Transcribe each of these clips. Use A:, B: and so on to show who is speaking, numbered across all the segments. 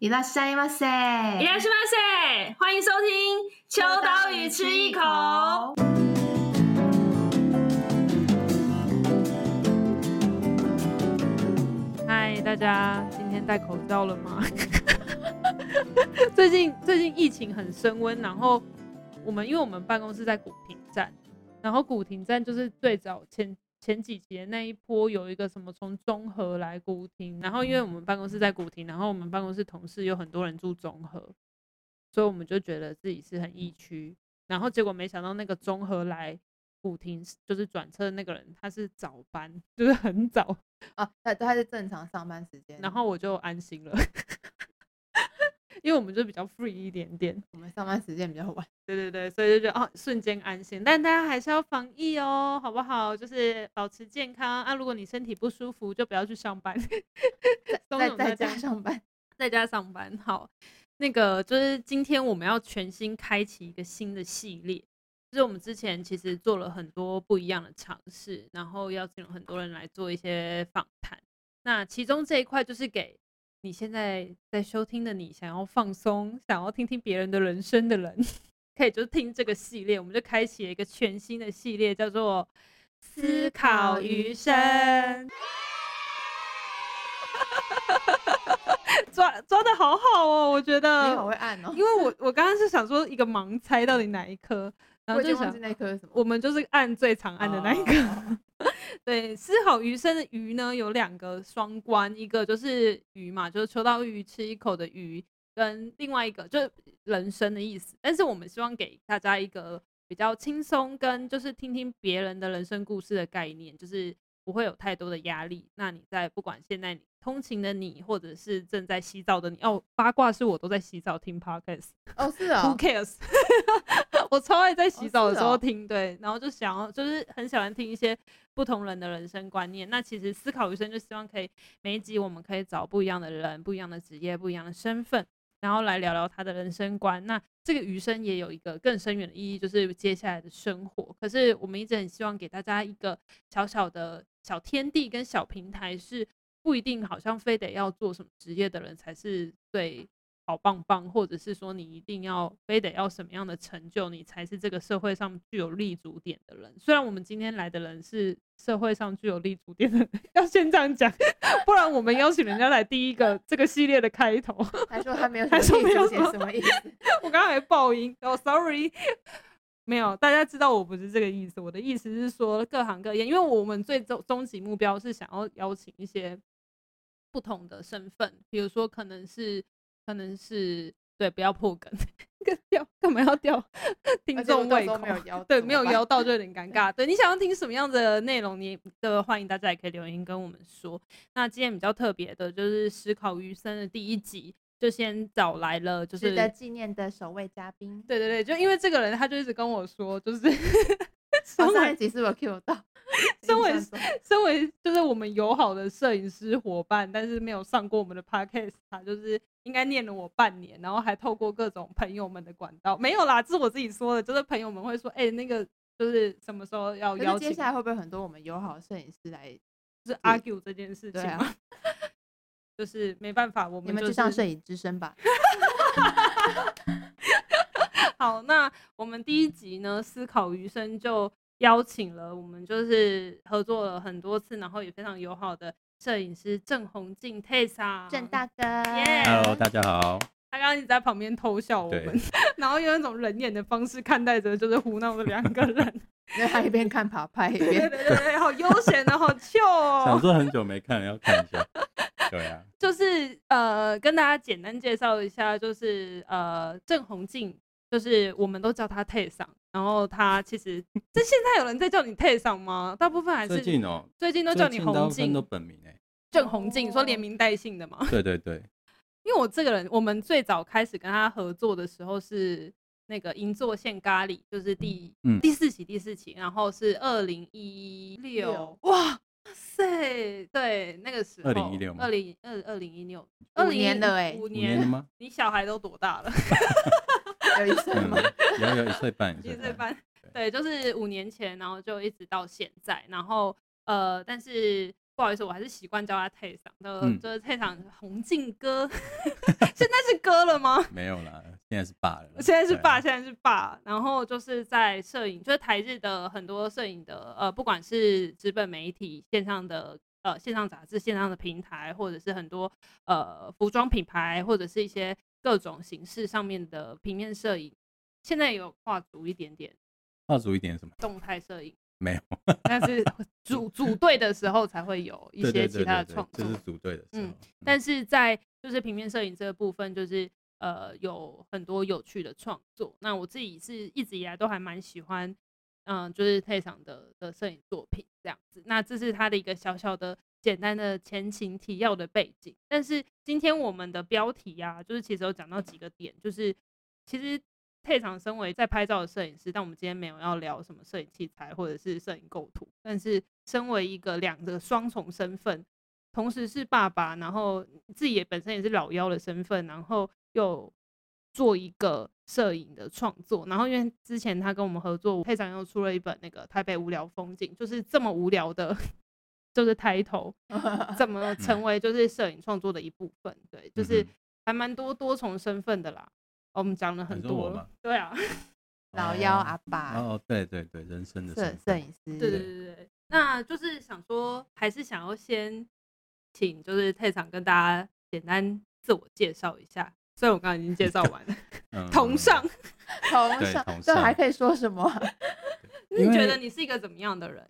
A: 伊拉塞伊拉塞，
B: 伊来是万岁！欢迎收听《秋刀鱼吃一口》。
C: 嗨，大家今天戴口罩了吗？ 最近最近疫情很升温，然后我们因为我们办公室在古亭站，然后古亭站就是最早前前几节那一波有一个什么从中和来古亭，然后因为我们办公室在古亭，然后我们办公室同事有很多人住中和，所以我们就觉得自己是很疫区，然后结果没想到那个中和来。古亭就是转车的那个人，他是早班，就是很早
A: 哦，他他是正常上班时间，
C: 然后我就安心了， 因为我们就比较 free 一点点，
A: 我们上班时间比较晚，
C: 对对对，所以就觉得哦，瞬间安心。但大家还是要防疫哦，好不好？就是保持健康啊。如果你身体不舒服，就不要去上班， 松
A: 在
C: 永
A: 在
C: 家
A: 家上班，
C: 在家上班。好，那个就是今天我们要全新开启一个新的系列，就是我们之前其实做了很多不一样的尝试，然后邀请了很多人来做一些访谈。那其中这一块就是给你现在在收听的你，想要放松、想要听听别人的人生的人，可以就听这个系列，我们就开启了一个全新的系列，叫做“思考余生”。 抓抓的好好哦，我觉
A: 你
C: 得
A: 好，会按哦
C: 因，为我我刚刚是想说一个盲猜到底哪一颗，然
A: 我
C: 后
A: 已
C: 就
A: 经忘
C: 想
A: 记那颗是什么，
C: 我们就是按最常按的那一个。 对，思考余生的余呢有两个双关，一个就是鱼嘛，就是秋刀鱼吃一口的鱼，跟另外一个就是人生的意思。但是我们希望给大家一个比较轻松跟就是听听别人的人生故事的概念，就是不会有太多的压力。那你在不管现在你通勤的你，或者是正在洗澡的你，哦，八卦是我都在洗澡听 podcast。
A: 哦是
C: Who
A: 哦，
C: cares？我超爱在洗澡的时
A: 是
C: 候
A: 哦
C: 听，对，然后就想要就是很喜欢听一些不同人的人生观念。那其实思考余生就希望可以每一集我们可以找不一样的人、不一样的职业、不一样的身份，然后来聊聊他的人生观。那这个余生也有一个更深远的意义，就是接下来的生活。可是我们一直很希望给大家一个小小的小天地跟小平台，是不一定好像非得要做什么职业的人才是最好棒棒，或者是说你一定要非得要什么样的成就，你才是这个社会上具有立足点的人。虽然我们今天来的人是社会上具有立足点的人， 要先这样讲，不然我们邀请人家来第一个这个系列的开头。
A: 他说他没有什
C: 他说
A: 么
C: 没
A: 意
C: 有
A: 思，
C: 什
A: 写
C: 么
A: 什么意思？
C: 我刚刚还爆音，哦、sorry，没有，大家知道我不是这个意思，我的意思是说各行各业，因为我们最终终极目标是想要邀请一些不同的身份，比如说可能是可能是对，不要破梗， 干掉干嘛要掉听
A: 而且我
C: 众
A: 到
C: 胃
A: 时
C: 口
A: 候？没有邀，
C: 对，
A: 怎么
C: 没有
A: 办
C: 邀，到就有点尴尬。对你想要听什么样的内容，你的欢迎大家也可以留言跟我们说。那今天比较特别的就是《思考余生》的第一集，就先找来了，就是
A: 值得纪念的首位嘉宾。
C: 对对对，就因为这个人，他就一直跟我说，就是 身
A: 哦，上一
C: 为
A: 集是不是 Q 到？
C: 身为
A: 印象中
C: 身为就是我们友好的摄影师伙伴，但是没有上过我们的 podcast，他就是应该念了我半年，然后还透过各种朋友们的管道，没有啦，这是我自己说的，就是朋友们会说，哎、那个就是什么时候要
A: 可
C: 邀
A: 是
C: 请，
A: 接下
C: 就
A: 来会不会很多我们友好的摄影师来？
C: 是 argue 这件事情
A: 对啊
C: 嘛， 就是没办法，我
A: 你
C: 们
A: 们
C: 就
A: 就是上摄影之声吧。
C: 好，那我们第一集呢，思考余生就邀请了我们就是合作了很多次，然后也非常友好的摄影师郑宏静 Tessa，
A: 郑大哥
D: Hello，大家好。
C: 他刚刚一直在旁边偷笑我
D: 对
C: 们， 然后用一种冷眼的方式看待着就是胡闹的两个人，
A: 因为他一边看 爬拍一
C: 对
A: 边
C: 对对对，好悠闲 哦，好 chill
D: 想
C: 哦，
D: 说很久没看了，要看一 下。对啊，
C: 就是呃，跟大家简单介绍一下，就是呃，郑宏静，就是我们都叫他 Tessa。然后他其实，这现在有人在叫你 Tessa 吗？大部分还是
D: 最近哦、
C: 最近都
D: 最
C: 叫你
D: 近大
C: 红
D: 部分都
C: 静，
D: 本名哎、
C: 郑红静，说连名带姓的嘛。
D: 对对对，
C: 因为我这个人，我们最早开始跟他合作的时候是那个银座线咖喱，就是第、
D: 嗯
C: 第四期第四期，然后是二零一六，哇塞，对，那个时候
D: 2016吗
C: 二零二二零一六，
A: 五年了欸
C: 五
D: 五年了
C: 年，
D: 吗？
C: 你小孩都多大了？
A: 有一声
D: 嗯
A: 吗？，
D: 有有一岁半，
C: 一岁
D: 半。
C: 半，对，就是五年前，然后就一直到现在，然后呃，但是不好意思，我还是习惯叫他退场，那
D: 嗯
C: 就是退场红静哥，现在哥了吗？
D: 没有啦，现在是爸了啦。
C: 现在是爸，
D: 对啊
C: 现在是爸，然后就是在摄影，就是台日的很多摄影的，呃，不管是资本媒体、线上的呃线上杂志、线上的平台，或者是很多呃服装品牌，或者是一些各种形式上面的平面摄影，现在也有跨足一点点
D: 跨足一点什么？
C: 动态摄影，
D: 没有，
C: 但是组组队的时候才会有一
D: 对对
C: 些
D: 对
C: 其他的
D: 对对
C: 创作
D: 这。是组队的时候。
C: 嗯
D: 嗯，
C: 但是在就是平面摄影这个部分，就是呃有很多有趣的创作。那我自己是一直以来都还蛮喜欢，嗯、就是退场的的摄影作品这样子。那这是他的一个小小的、简单的前情提要的背景。但是今天我们的标题啊，就是其实有讲到几个点，就是其实。退场身为在拍照的摄影师，但我们今天没有要聊什么摄影器材或者是摄影构图，但是身为一个两个双重身份，同时是爸爸，然后自己也本身也是老幺的身份，然后又做一个摄影的创作。然后因为之前他跟我们合作，配长又出了一本那个《台北无聊风景》，就是这么无聊的，就是抬头怎么成为就是摄影创作的一部分。对，就是
D: 嗯哼
C: 还蛮多多重身份的啦。哦我们讲了很
D: 你说我
C: 多
D: 吗
C: 了，对啊，
A: 老幺阿
D: 哦。
A: 爸，
D: 哦，对对对，人生的
A: 摄
D: 身
A: 摄
D: 份
A: 影师，
C: 对对对对对，那就是想说，还是想要先请就是退场跟大家简单自我介绍一下。虽然我刚刚已经介绍完了，
D: 嗯
C: 同上，
A: 同
D: 对
A: 上
D: 同
A: 这
D: 上
A: 还可以说什么？
C: 你觉得
D: 因为
C: 你是一个怎么样的人？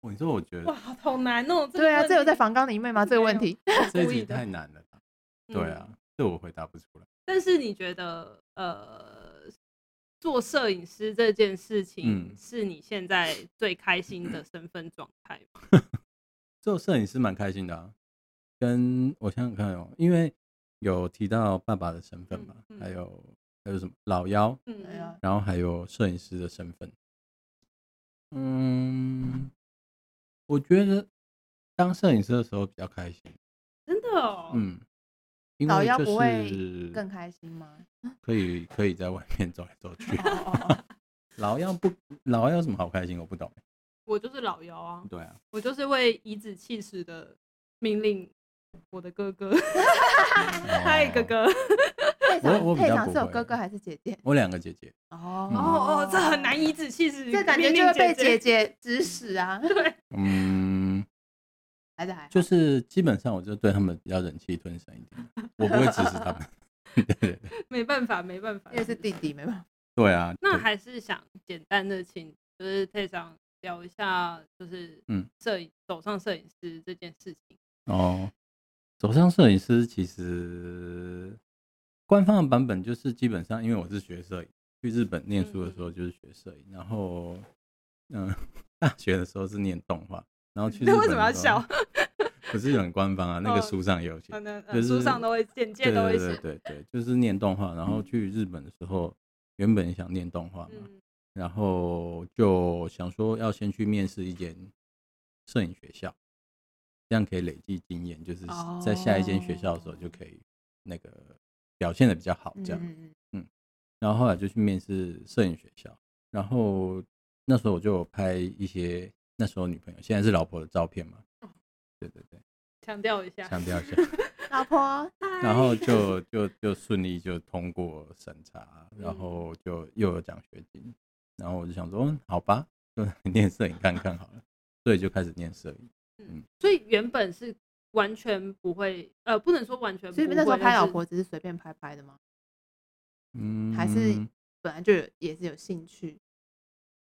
D: 我你说我觉
C: 哇，
D: 得
C: 好难哦！
A: 对啊，
C: 个问
A: 这有
C: 题
A: 在访纲里面吗？这个问题，
D: 这一
C: 故意
D: 题
C: 的
D: 太难了啦。对啊
C: 嗯。，
D: 这我回答不出来。
C: 但是你觉得，呃，做摄影师这件事情
D: 嗯
C: 是你现在最开心的身份状态吗？
D: 做摄影师蛮开心的啊。跟我想想看哦，因为有提到爸爸的身份嘛，
C: 嗯嗯
D: 还有还有什么老幺，
A: 哎呀
C: 嗯，
D: 然后还有摄影师的身份。嗯，我觉得当摄影师的时候比较开心。
C: 真的哦，
D: 嗯，因
A: 老
D: 为
A: 幺
D: 就
A: 不会
D: 是
A: 更开心吗？
D: 可以可以在外面走来走去。
A: 哦哦
D: 老幺不老幺有什么好开心？我不懂。
C: 我就是老幺啊，
D: 对啊，
C: 我就是为颐指气使的命令我的哥哥，
D: 哦
C: 嗨哥哥，
A: 哦，
D: 我我比
A: 配
D: 较
A: 长
D: 不
A: 是有
D: 会
A: 哥哥还是姐姐？
D: 我两个姐姐，
A: 哦
D: 嗯
C: 哦哦，这很难颐指气使，
A: 这感觉
C: 命
A: 就
C: 令
A: 会被
C: 姐
A: 姐姐指使 啊，
D: 嗯，
A: 还是还好
D: 就是基本上我就对他们比较忍气吞声一点，我不会指使他们。 对对对
C: 没办法，没办法，
A: 因为是弟弟，没办法。
D: 对啊，
C: 那
D: 对
C: 还是想简单的请就是退长聊一下，就是
D: 嗯
C: 摄影走上摄影师这件事情。
D: 哦，走上摄影师其实官方的版本就是基本上，因为我是学摄影，去日本念书的
C: 嗯
D: 时候就是学摄影，然后嗯， 大学的时候是念动画，然后去日
C: 那
D: 本
C: 为什么要
D: 的时候
C: 笑？？
D: 可是很 官方啊，那个
C: 哦
D: 书上也有写
A: 嗯
C: 可，能、呃
D: 就
C: 书
D: 是
C: 上都会简介
D: 对
C: 都会
D: 对
C: 写
D: 对，对对，就是念动画，然后去日本的时候，原本想念动画嘛，
C: 嗯
D: 然后就想说要先去面试一间摄影学校，这样可以累积经验，就是在下一间学校的时候就可以那个表现的比较好这样。
A: 嗯，
D: 然后后来就去面试摄影学校，然后那时候我就有拍一些那时候女朋友，现在是老婆的照片嘛。对对对，
C: 强调一下。
D: 强调一下，
A: 嗯老婆，
C: 哎
D: 然后就就就顺利就通过审查，然
C: 嗯
D: 后就又有奖学金，然后我就想说，嗯好吧，就 来念摄影看看好了，所以就开始念摄影。
C: 所以原本是完全不会，呃，不能说完全不
A: 所以
C: 会。
A: 那时候
C: 但
A: 拍
C: 是
A: 老婆只是随便拍拍的吗？
D: 嗯，
A: 还是本来就有也是有兴趣，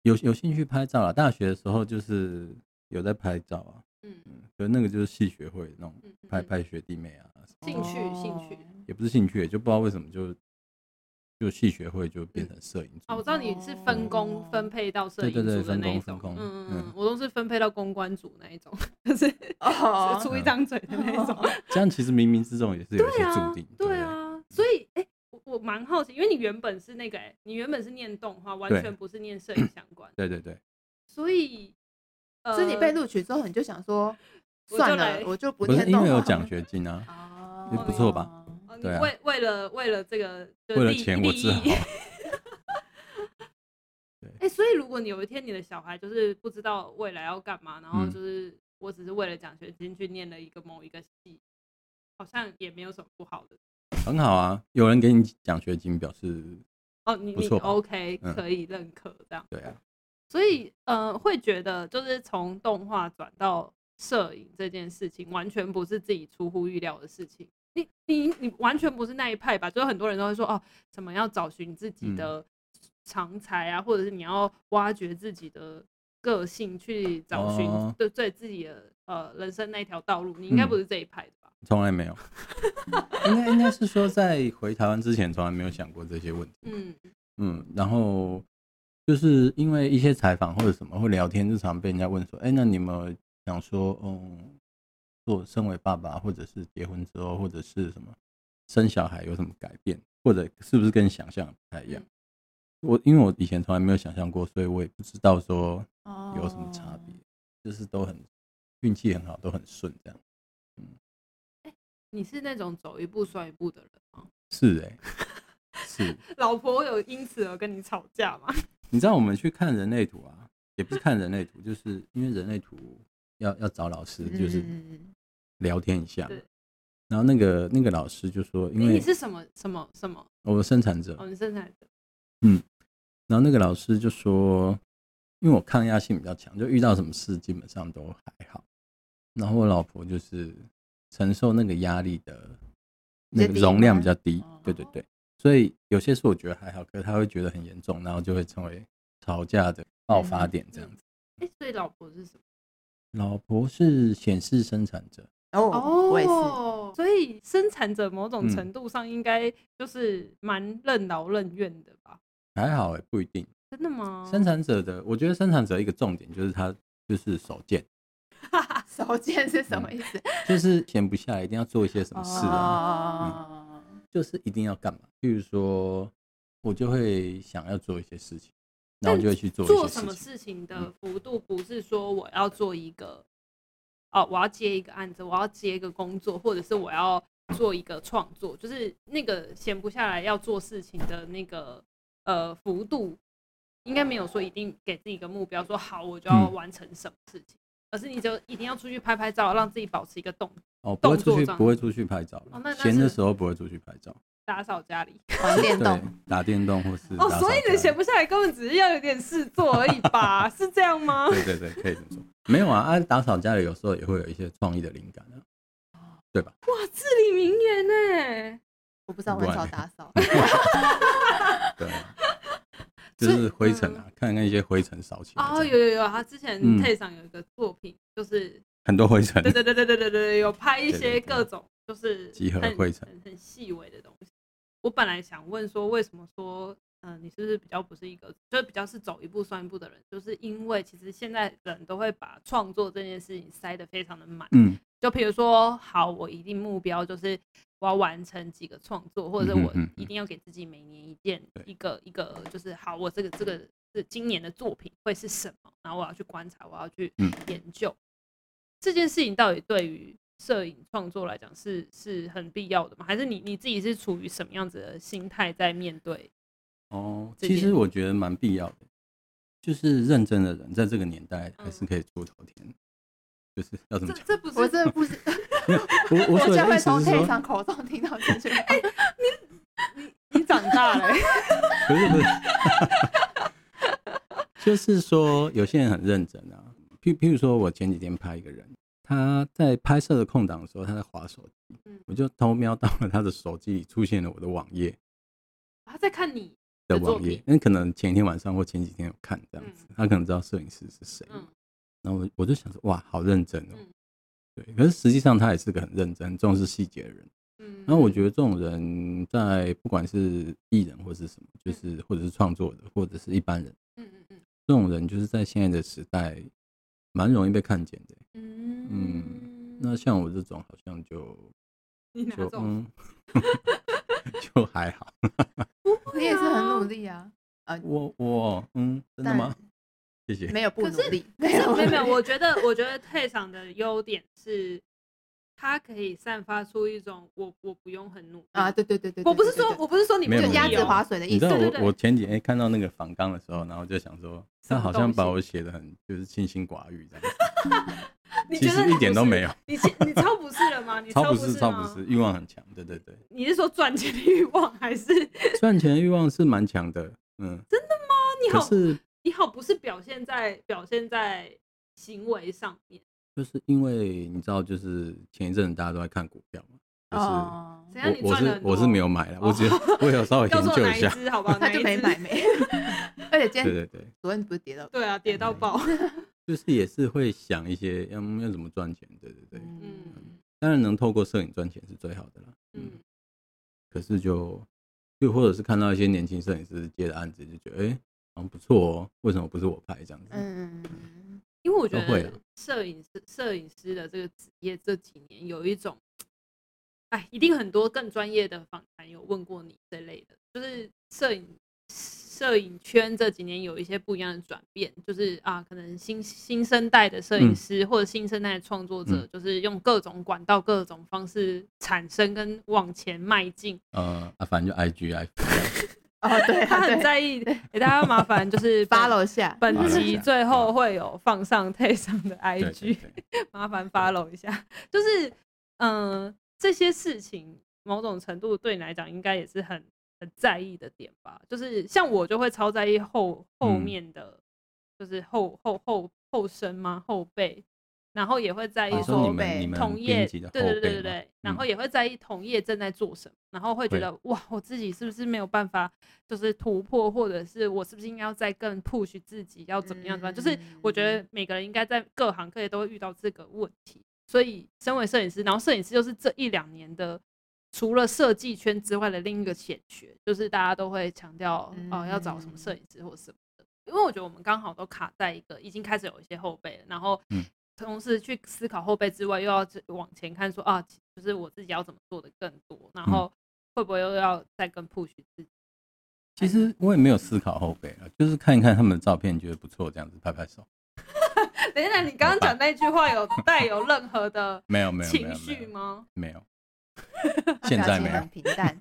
D: 有有兴趣拍照啦。大学的时候就是有在拍照啊，
C: 嗯
D: 嗯，就那个就是系学会那种
C: 嗯嗯
D: 拍
C: 嗯
D: 拍学弟妹啊，
C: 兴趣
A: 哦
C: 兴 趣
D: 也不是兴趣，就不知道为什么就就系学会就变成摄影
C: 啊，我知。
D: 组
C: 道你是分工
A: 哦
C: 分配到摄
D: 对
C: 影
D: 对对
C: 组的
D: 分
C: 那一
D: 工
C: 种，
D: 分工
C: 嗯
D: 嗯
C: 嗯，我都是分配到公关组那一种， 就是
A: 哦
C: 只出一张嘴的那一种。
D: 这样其实冥冥之中也是有一些
C: 对啊
D: 注定，，不
C: 对啊，所以哎、诶我我蛮好奇，因为你原本是那个哎、诶你原本是念动画，完
D: 对
C: 全不是念摄影相关，
D: 对对对。
C: 所以呃，
A: 所以你被录取之后，你就想说，
C: 我就
A: 算
C: 来
A: 了，我就不
D: 不是
A: 念
D: 因
A: 动
D: 为有
A: 画
D: 奖学金啊，
A: 哦
D: 也不错吧？
C: 哦，你
D: 对啊
C: 为为了为了这个就是
D: 为了
C: 利
D: 钱我只好
C: 利益哎、所以如果你有一天你的小孩就是不知道未来要干嘛，然后
D: 嗯
C: 就是我只是为了奖学金去念了一个某一个系，好像也没有什么不好的。
D: 很好啊，有人给你奖学金，表示
C: 哦，你
D: 不
C: 你
D: 错吧
C: OK
D: 嗯
C: 可以认可这样，
D: 对啊，
C: 所以呃，会觉得就是从动画转到摄影这件事情，完全不是自己出乎预料的事情。你你你完全不是那一派吧？就是很多人都会说哦，什么要找寻自己
D: 嗯
C: 的长才啊，或者是你要挖掘自己的个性，去找寻
D: 哦
C: 对对自己的呃人生那条道路。你应该
D: 嗯
C: 不是这一派的吧？
D: 从来没有。应该应该是说，在回台湾之前，从来没有想过这些问题。
C: 嗯
D: 嗯，然后就是因为一些采访或者什么或聊天，日常被人家问说，哎，那你们想说，嗯，做身为爸爸，或者是结婚之后，或者是什么生小孩有什么改变，或者是不是跟你想象的不太一样？我因为我以前从来没有想象过，所以我也不知道说
A: 哦
D: 有什么差别，就是都很运气很好，都很顺这样。
C: 你是那种走一步算一步的人吗？
D: 是哎、是。
C: 老婆有因此而跟你吵架吗？
D: 你知道我们去看人类图啊，也不是看人类图，就是因为人类图要要找老师，就是
A: 嗯
D: 聊天一下嘛
C: 对。
D: 然后那个那个老师就说，因
C: 你你
D: 为
C: 是什么什么什么？
D: 我生产者，
C: 哦，你生产者，
D: 然后那个老师就说，因为我抗压性比较强，就遇到什么事基本上都还好。然后我老婆就是承受那个压力的那个
A: 比较低
D: 容量
A: 吗
D: 比较低
A: 哦，
D: 对对对，所以有些事我觉得还好，可是她会觉得很严重，然后就会成为吵架的爆发
A: 嗯
D: 点这样子。
C: 哎、所以老婆是什么？
D: 老婆是显示生产者，
A: 哦，我也 是，
C: 是。所以生产者某种
D: 嗯
C: 程度上应该就是蛮任劳任怨的吧？
D: 还好哎，不一定。
C: 真的吗？
A: 哦
D: 生产者的，我觉得生产者一个重点就是他就是手贱，
A: 手贱是什么意思？
D: 就是闲不下来，一定要做一些
C: 嗯
D: 什么事啊，
A: 哦，
D: 就是一定要干嘛。比如说，我就会想要做一些事情，然后就会去做一
C: 做
D: 些
C: 什么
D: 事情。嗯
C: 事情的幅度不是说我要做一个，哦，我要接一个案子，我要接一个工作，或者是我要做一个创作，就是那个闲不下来要做事情的那个呃幅度，应该没有说一定给自己一个目标，说好我就要
D: 嗯
C: 完成什么事情，而是你就一定要出去拍拍照，让自己保持一个动，
D: 哦，不
C: 动
D: 会出
C: 作
D: 去，
C: 上
D: 不会出去拍照了
C: 哦那那
D: 闲的
C: 是
D: 时候不会出去拍照，
C: 打扫家里。
A: 玩电
D: 对
A: 动，，
D: 打电动或是
C: 哦，
D: 打
C: 所以
D: 扫
C: 你的
D: 家
C: 闲
D: 里
C: 不下来根本只是要有点事做而已 吧？是这样吗？
D: 对对对，可以这么说。没有啊，啊，打扫家里有时候也会有一些创意的灵感啊。
C: 哇，至理名言呢。
A: 我不知道，我很少打扫。
D: 对啊，就是灰尘啊，看看一些灰尘扫起来这
C: 嗯
D: 样，
C: 哦，有有有，他之前
D: 嗯
C: t 上有一个作品， 就是
D: 很多灰尘
C: 对，对对对对对对，有拍一些
D: 对对对
C: 各种就是
D: 集合
C: 很
D: 灰尘
C: 很很细微的东西。我本来想问说，为什么说，嗯、你是不是比较不是一个，就是比较是走一步算一步的人？就是因为其实现在人都会把创作这件事情塞得非常的满，
D: 嗯，
C: 就比如说，好，我一定目标就是我要完成几个创作，或者是
D: 嗯哼
C: 我
D: 嗯哼
C: 一定要给自己每年一件
D: 对
C: 一个一个，就是好，我这个这个是今年的作品会是什么，然后我要去观察，我要去
D: 嗯
C: 研究、这件事情到底对于摄影创作来讲是是很必要的吗？还是你你自己是处于什么样子的心态在面对？
D: 哦，
C: 这
D: 其
C: 件
D: 实我觉得蛮必要的，就是认真的人在这个年代还是可以出头天，就是要怎么
C: 嗯这
D: 讲？
C: 这不是
A: 我真的不是，
D: 我
A: 我
D: 我所
A: 就
D: 以
A: 会
D: 意
A: 从
D: 思是
A: 退
D: 说，
A: 场口中听到这 句
C: 哎啊
A: 话。
C: 你长大了、
D: 不是 不是，就是说有些人很认真啊，譬譬如说我前几天拍一个人，他在拍摄的空档的时候，他在划手机
C: 嗯，
D: 我就偷瞄到了他的手机里出现了我的网页，
C: 他在看你
D: 的
C: 的作
D: 网页
C: 品，
D: 因为可能前一天晚上或前几天有看这样子，他可能知道摄影师是谁，
C: 嗯
D: 然后我我就想说，哇，好认真哦
C: 嗯，
D: 对，可是实际上他也是个很认真、很重视细节的人。
C: 嗯，
D: 然后我觉得这种人在不管是艺人或是什么，就是或者是创作的，或者是一般人，
C: 嗯嗯嗯
D: 这种人就是在现在的时代蛮容易被看见的。
C: 嗯
D: 嗯那像我这种好像就
C: 你哪
D: 就
C: 种？
D: 嗯， 就还好。
A: 你也是很努力啊，
D: 我我嗯，真的吗？谢谢。
A: 没有不
C: 可
A: 努
C: 是
A: 力，
C: 没
A: 没
C: 有没有没有，
A: 努力
C: 我觉得我觉得退场的优点是，它可以散发出一种我我不用很努力
A: 啊，对对对对，
C: 我不
A: 对
C: 是说
A: 对
C: 我不是说你不
D: 没有
A: 就
C: 努力
A: 鸭
C: 哦
A: 子划水的
D: 你
A: 意
D: 知
A: 思
D: 道，
C: 对
D: 我
C: 对对
D: 我前几天看到那个访纲的时候，然后就想说，
C: 什么
D: 他好像
C: 东西
D: 把我写的很就是清心寡欲这样子。
C: 你
D: 其
C: 觉得
D: 实
C: 你
D: 一点
C: 不
D: 都
C: 是
D: 没有，
C: 你其你超不是了吗？ 你
D: 超不
C: 是
D: 是超
C: 吗
D: 不是，欲望很强，对对对，
C: 你是说赚钱的欲望，还是
D: 赚钱的欲望是蛮强的，嗯，
C: 你
D: 可
C: 好
D: 是
C: 你好不是表现在表现在行为上面？
D: 就是因为你知道，就是前一阵子大家都在看股票嘛，就是。
A: 哦，
C: 怎样？你
D: 我我
C: 赚了
D: 是
C: 很多
D: 我是没有买了，我只有我有稍微
C: 告
D: 研
C: 诉我
D: 究
C: 哪
D: 一
C: 一
D: 下，
C: 只好不好？
A: 他就
C: 哪一
A: 没
C: 只
A: 买。没，而且今
D: 对
A: 天
D: 对对，
A: 昨天不是跌 到，
C: 对啊，跌到爆。
D: 就是也是会想一些要要怎么赚钱，对对对，
A: 嗯，
C: 嗯
D: 当然能透过摄影赚钱是最好的啦，嗯，
C: 嗯，
D: 可是就又或者是看到一些年轻摄影师接的案子，就觉得哎、诶好像不错哦、为什么不是我拍这样子？
A: 嗯，
C: 因为我觉
D: 都会啊
C: 得
D: 啦
C: 摄影师摄影师的这个职业这几年有一种，哎，一定很多更专业的访谈有问过你这类的，就是摄影摄影圈这几年有一些不一样的转变，就是啊，可能新新生代的摄影
D: 嗯
C: 师或者新生代的创作者，
D: 嗯
C: 就是用各种管道、各种方式产生跟往前迈 进。
D: 呃，啊，反正就 I G I，
A: 哦对
C: 他
A: 啊，
C: 很
A: 对，
C: 在意，给大家麻烦就是本
A: follow 一下，
C: 本
D: follow 一
C: 集
D: 下嗯
C: 最后会有放上 Tay 上的
D: 对
C: IG。
D: 对对，
C: 麻烦 follow 一下。就是，嗯、这些事情某种程度对你来讲，应该也是很很在意的点吧？就是像我就会超在意后后
D: 嗯
C: 面的，就是后后后后生吗？后辈，然后也会在意
A: 哦
D: 你
C: 说
D: 说你
A: 辈
D: 们你们
C: 同业，
D: 编辑
C: 对
D: 的
C: 对对
D: 后
C: 对
D: 辈嗯
C: 对
D: 嘛
C: 对，然后也会在意同业正在做什么，然后会觉
D: 会
C: 得哇，我自己是不是没有办法，就是突破，或者是我是不是应该要再更 push 自己，要怎么样怎么样？就是我觉得每个人应该在各行各业都会遇到这个问题，所以身为摄影师，然后摄影师就是这一两年的。除了设计圈之外的另一个显学，就是大家都会强调哦，要找什么摄影
D: 嗯
C: 师或什么的，因为我觉得我们刚好都卡在一个已经开始有一些后辈了，然后
D: 嗯
C: 同时去思考后辈之外，又要去往前看说啊，就是我自己要怎么做的更多，然
D: 嗯
C: 后会不会又要再更 push 自己？
D: 其实我也没有思考后辈啊，就是看一看他们的照片，觉得不错，这样子拍拍手。
C: 等一下，你刚刚讲那句话有带有任何的
D: 没 有没有没有
C: 情
D: 没
C: 绪
D: 有
C: 吗？
D: 没有，
A: 他
D: 现
A: 表
D: 在
A: 情
D: 没有
A: 很，平淡，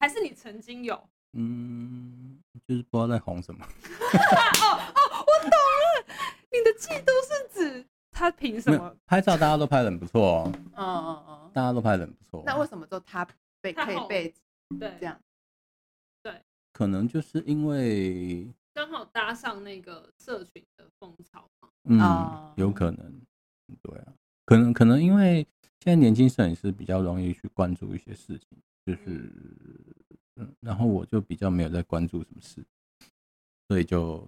C: 还是你曾经有？
D: 嗯，就是不知道在红什么。
C: 哦你的嫉妒是指他凭什
D: 没
C: 么
D: 有？拍照，大家都拍的很不错哦，
A: 嗯 嗯嗯，
D: 大家都拍的很不错。哦
A: 那为什么就他被
C: 他
A: 可以
C: 红
A: 被
C: 对，
A: 这样？
D: 可能就是因为，
C: 刚好搭上那个社群的风潮嘛。
D: 嗯，
A: 哦
D: 有可能，对啊，可能可能因为现在年轻摄影师比较容易去关注一些事情，就是，嗯，然后我就比较没有在关注什么事，所以就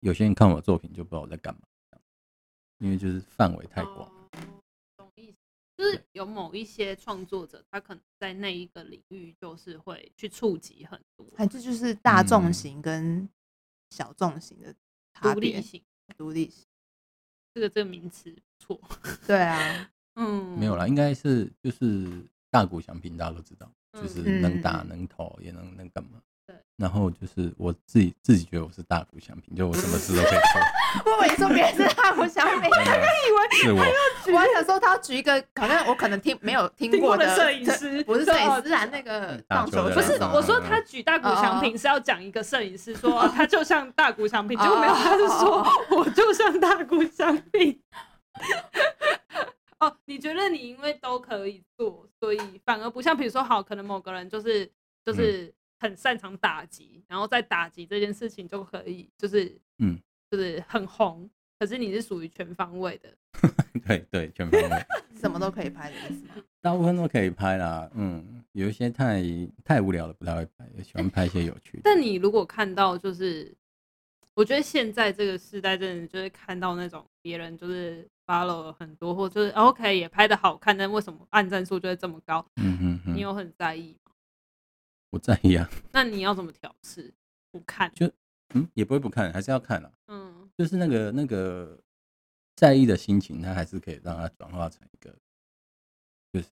D: 有些人看我的作品就不知道我在干嘛，因为就是范围太广。
C: 哦，懂意思，就是有某一些创作者，他可能在那一个领域就是会去触及很多
A: 还是哎就是大众
D: 嗯
A: 型跟小众型的差
C: 独立
A: 别，
C: 性，
A: 独立型，
C: 这个这个名词不错。
A: 对 啊，
C: 嗯，
D: 没有啦，应该是就是大股祥平，大家都知道，就是
A: 嗯
D: 能打
A: 嗯
D: 能投，也能能干嘛。
C: 对。
D: 然后就是我自己自己觉得我是大股祥平，就我什么事都可以做。
A: 我以为你说别人是大我想 美，
D: 真的是我，
A: 我还想说他要举一个好像我可能听没有听过
C: 听过的摄影师
A: 不是摄影师啊，那个
D: 打
A: 棒
D: 球
A: 球
D: 的啊
A: 手
C: 不是
D: 那种
C: 我说他举大谷翔
A: 哦
C: 平是要讲一个摄影师说啊他就像大谷翔平，
A: 哦
C: 结果没有，他是说
A: 哦
C: 我就像大谷翔平。 哦，你觉得你因为都可以做，所以反而不像比如说好，可能某个人就是就是很擅长打击，然后在打击这件事情就可以就是
D: 嗯
C: 就是很红，可是你是属于全方位的，
D: 对对，全方位，
A: 什么都可以拍的意思
C: 嗯
A: 吗？
D: 大部分都可以拍啦。嗯，有一些太太无聊了，不太会拍，也喜欢拍一些有趣的。
C: 但你如果看到，就是我觉得现在这个时代，真的就是看到那种别人就是 follow 了很多，或就是 OK 也拍的好看，但为什么按赞数就会这么高？
D: 嗯哼
C: 你
D: 哼，
C: 有很在意吗？
D: 我在意啊，
C: 那你要怎么调试？不看，
D: 就嗯，也不会不看，还是要看啊。
C: 嗯，
D: 就是那个那个在意的心情，它还是可以让它转化成一个就是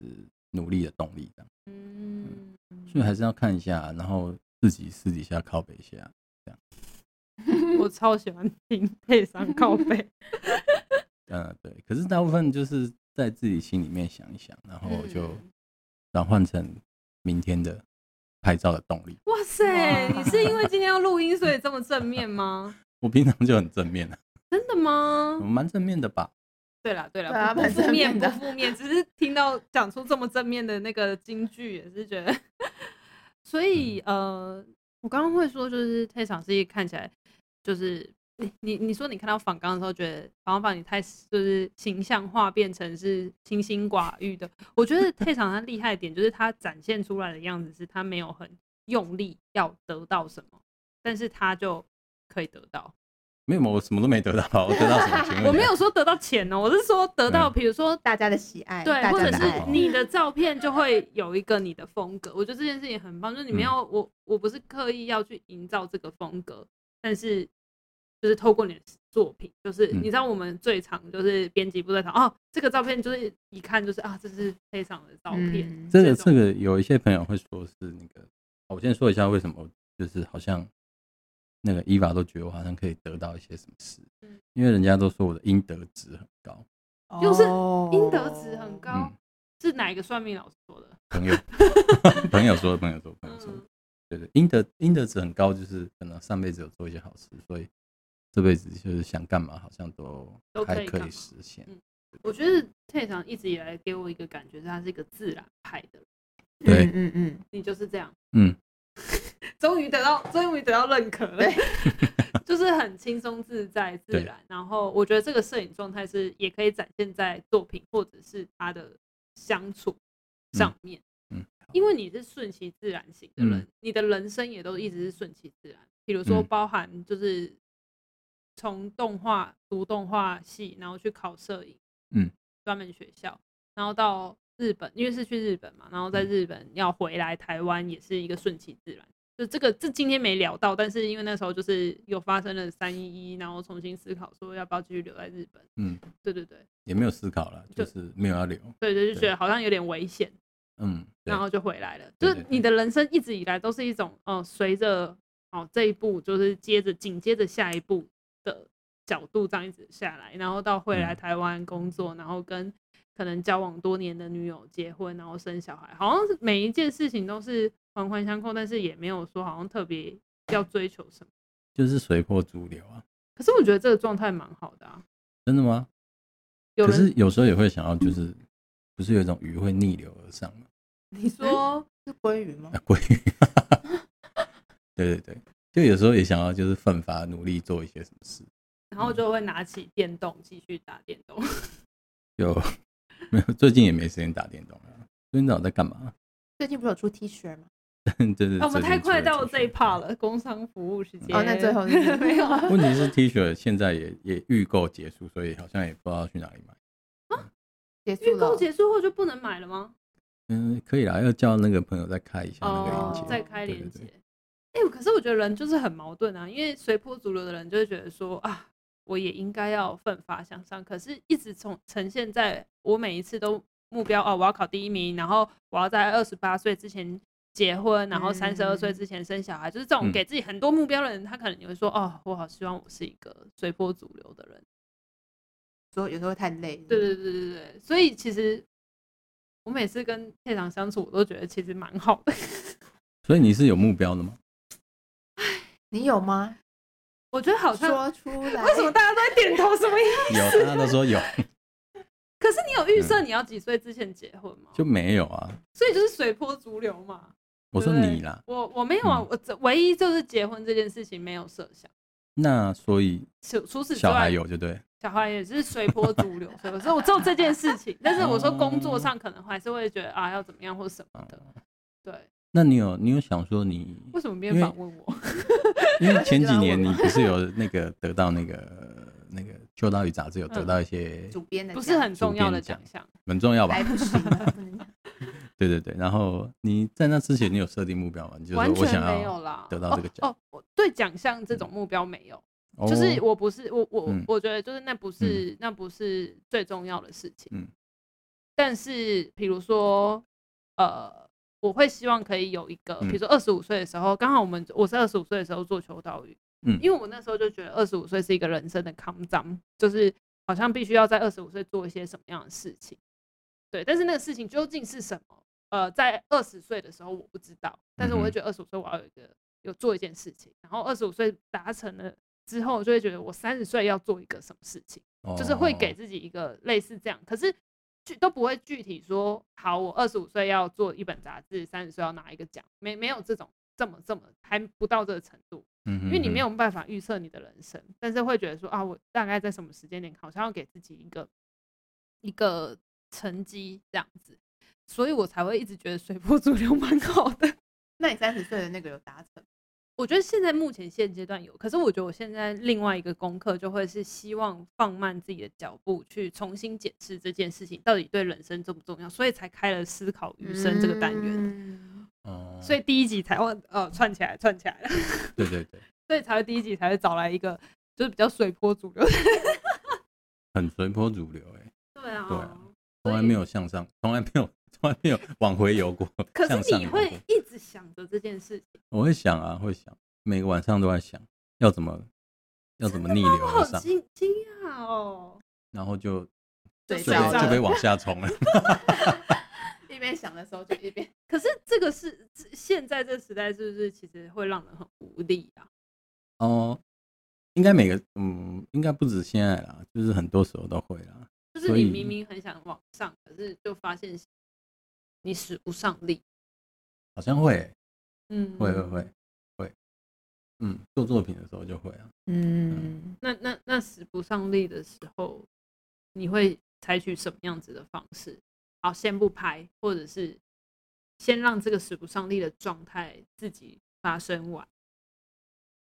D: 努力的动力这样。
C: 嗯，
D: 所以还是要看一下，啊然后自己私底下靠北一下。啊
C: 嗯我超喜欢听 配上靠背，
D: 嗯，对。可是大部分就是在自己心里面想一想，然后就
C: 嗯
D: 转换成明天的拍照的动力。
C: 哇塞，
A: 哇
C: 你是因为今天要录音所以这么正面吗？
D: 我平常就很正面啊，
C: 真的吗
D: 我？蛮正面的吧？
C: 对啦，对
A: 对
C: 啦，
A: 啊
C: 不不
A: 蛮
C: 负
A: 正
C: 面，
A: 面
C: 不
A: 的
C: 负面，只是听到讲出这么正面的那个金句，也是觉得。所以呃，我刚刚会说，就是退场是看起来就是你你你说你看到仿刚的时候，觉得仿仿你太就是形象化变成是清心寡欲的。我觉得退场他厉害的点就是他展现出来的样子是他没有很用力要得到什么，但是他就可以得到。
D: 没有，我什么都没得到，我得到什么？请问一下
C: 我没有说得到钱哦、我是说得到，
D: 嗯
C: 比如说
A: 大家的喜爱，
C: 对，
A: 哎大
C: 或
A: 家
C: 者
A: 的
C: 是
A: 爱
D: 哦
C: 你的照片就会有一个你的风格。我觉得这件事情很棒，就是
A: 嗯
C: 你没有、我，我不是刻意要去营造这个风格，但是就是透过你的作品，就是、
D: 嗯
C: 你知道我们最常就是编辑部在谈哦，这个照片就是一看就是啊，这是非常的照片。
A: 嗯
D: 这个
C: 种
D: 这个有一些朋友会说是那个，我先说一下为什么，就是好像那个伊娃都觉得我好像可以得到一些什么事，
C: 嗯
D: 因为人家都说我的应得值很高，
C: 就是
A: 哦
C: 应得值很高，
D: 嗯，
C: 是哪一个算命老师说的？
D: 朋 友朋友说朋友说朋友说，
C: 嗯
D: 对对，应得应得值很高，就是可能上辈子有做一些好事，所以这辈子就是想干嘛好像都
C: 都可以
D: 还可
C: 干嘛
D: 以实现
C: 嗯，我觉得退场一直以来给我一个感觉是他是一个自然派的人，
D: 对
A: 嗯嗯嗯，
C: 你就是这样。
D: 嗯，
C: 终于得到，终于得到认可了
A: 对，
C: 就是很轻松自在、自
D: 对
C: 然。然后我觉得这个摄影状态是也可以展现在作品或者是他的相处上面，
D: 嗯好
C: 因为你是顺其自然型的人，
D: 嗯
C: 你的人生也都一直是顺其自然。比如说，
D: 嗯
C: 包含就是从动画读动画系，然后去考摄影，
D: 嗯，
C: 专门学校，然后到日本，因为是去日本嘛，然后在
D: 嗯
C: 日本要回来台湾也是一个顺其自然。就这个，这今天没聊到，但是因为那时候就是有发生了三一一，然后重新思考说要不要继续留在日本。
D: 嗯，
C: 对对对
D: 也没有思考了，
C: 对
D: 就是没有要留，
C: 对对，就觉
D: 对
C: 得好像有点危险，
D: 嗯，对
C: 然后就回来了。就
D: 对
C: 是
D: 对对
C: 你的人生一直以来都是一种，呃，随着哦这一步，就是接着紧接着下一步的角度这样一直下来，然后到回来
D: 嗯
C: 台湾工作，然后跟可能交往多年的女友结婚，然后生小孩，好像是每一件事情都是环环相扣，但是也没有说好像特别要追求什么。
D: 就是随波逐流啊，
C: 可是我觉得这个状态蛮好的啊。
D: 真的吗？
C: 有
D: 可是
C: 人嗯
D: 有时候也会想要，就是不是有一种鱼会逆流而上吗？
C: 你说
A: 是鲑鱼吗
D: 啊，？鲑鱼。 对对对，就有时候也想要就是奋发努力做一些什么事，
C: 然后就会拿起电动继续打电动。
D: 就没有最近也没时间打电动了。最近到底在干嘛？
A: 最近不是有出 T 恤吗？
D: 对对，
C: 啊我们
D: 最近
C: 太快
D: 出
C: 到
D: 出
C: 这一趴了，工商服务时间。
A: 哦那最后 是
C: 没有啊
D: 问题是 T 恤现在也也预购结束，所以好像也不知道去哪里买。
A: 结
C: 预
A: 束了
C: 购，结束后就不能买了吗？
D: 嗯，可以啦，要叫那个朋友再开一下啊那个链
C: 哦
D: 接，，
C: 再开
D: 对
C: 连接
D: 对对。
C: 哎、可是我觉得人就是很矛盾啊，因为随波逐流的人就会觉得说啊，我也应该要奋发向上，可是一直从呈现在我每一次都目标哦，我要考第一名，然后我要在二十八岁之前结婚，然后三十二岁
A: 嗯
C: 之前生小孩，就是这种
D: 嗯
C: 给自己很多目标的人，他可能也会说哦，我好希望我是一个随波逐流的人。
A: 说有时候会太累。
C: 对
D: 嗯
C: 对对对对，所以其实我每次跟太长相处，我都觉得其实蛮好的。
D: 所以你是有目标的吗？
A: 你有吗？
C: 我觉得好像
A: 说出来。
C: 为什么大家都在点头？什么意 思？
D: 有，大家都说有，
C: 可是你有预设你要几岁之前结婚吗？
D: 嗯就没有啊。
C: 所以就是随波逐流嘛。
D: 我说
C: 对不对
D: 你啦，
C: 我我没有啊，
D: 嗯
C: 我这唯一就是结婚这件事情没有设想。
D: 那所以
C: 除除此之
D: 小孩
C: 外，
D: 有就对，
C: 小孩也是随波逐流，所以我说我只有这件事情。但是我说工作上可能还是会觉得啊要怎么样或什么的。
D: 哦
C: 对，
D: 那你有你有想 说你，
C: 为什么别
D: 因
C: 人
D: 为
C: 反问我？
D: 因为前几年你不是有那个得到那个那个《秋刀鱼》杂志有
C: 嗯
D: 得到一些
A: 主编的
C: 不是很重要的
D: 主编讲
C: 奖项。
D: 很重要吧
A: 还？不行， 不能讲
D: 对对对。然后你在那之前你有设定目标吗？你就
C: 完
D: 是说我
C: 全
D: 想
C: 没有
D: 要，
C: 啦，
D: 得到这个奖
C: 哦。哦，我对奖项这种目标没有，
D: 哦
C: 就是我不是我我、
D: 嗯
C: 我觉得就是那不是、那不是最重要的事情。
D: 嗯
C: 但是比如说呃。我会希望可以有一个，
D: 嗯
C: 比如说二十五岁的时候，刚好我们我是二十五岁的时候做求道语，
D: 嗯
C: 因为我那时候就觉得二十五岁是一个人生的康张，就是好像必须要在二十五岁做一些什么样的事情，对，但是那个事情究竟是什么，呃，在二十岁的时候我不知道，但是我
D: 嗯
C: 会
D: 哼
C: 觉得二十五岁我要有一个有做一件事情，然后二十五岁达成了之后，就会觉得我三十岁要做一个什么事情，就是会给
D: 哦
C: 自己一个类似这样，可是具都不会具体说，好，我二十五岁要做一本杂志，三十岁要拿一个奖，没没有这种这么这么还不到这个程度，
D: 嗯哼
C: 因为你没
D: 哼
C: 有办法预测你的人生，但是会觉得说啊，我大概在什么时间点，好像要给自己一个一个成绩这样子，所以我才会一直觉得随波逐流蛮好的。
A: 那你三十岁的那个有达成？
C: 我觉得现在目前现阶段有，可是我觉得我现在另外一个功课就会是希望放慢自己的脚步，去重新检视这件事情到底对人生重不重要，所以才开了思考余生这个单元。
A: 嗯元，
D: 哦，
C: 所以第一集才哇呃串起来串起来了，
D: 对对对，
C: 所以才会第一集才会找来一个就是比较随波逐流。
D: 很随波逐流哎，
C: 对
D: 对啊，从来没有向上，从来没有，从来没有往回游过，
C: 可
D: 向
C: 是
D: 上
C: 你
D: 游
C: 会
D: 过
C: 一直想着这件事情，
D: 我会想啊，会想，每个晚上都在想，要怎么要怎么逆流
C: 我
D: 而
C: 好
D: 上，
C: 惊惊讶哦。
D: 然 后就
A: 对，
D: 就
C: 睡着
D: 被
C: 了
D: 就被往下冲了。
A: 一边想的时候就一边
C: 可是这个是这现在这时代，是不是其实会让人很无力啊？
D: 哦，应该每个嗯，应该不止现在啦，就是很多时候都会啦。
C: 就是
D: 所
C: 你
D: 以
C: 明明很想往上，可是就发现你使不上力。
D: 好像会欸，
C: 嗯，
D: 会哦会会。会，嗯，做作品的时候就会啊。
A: 嗯，
C: 那那那使不上力的时候，你会采取什么样子的方式？好，先不拍，或者是先让这个使不上力的状态自己发生完。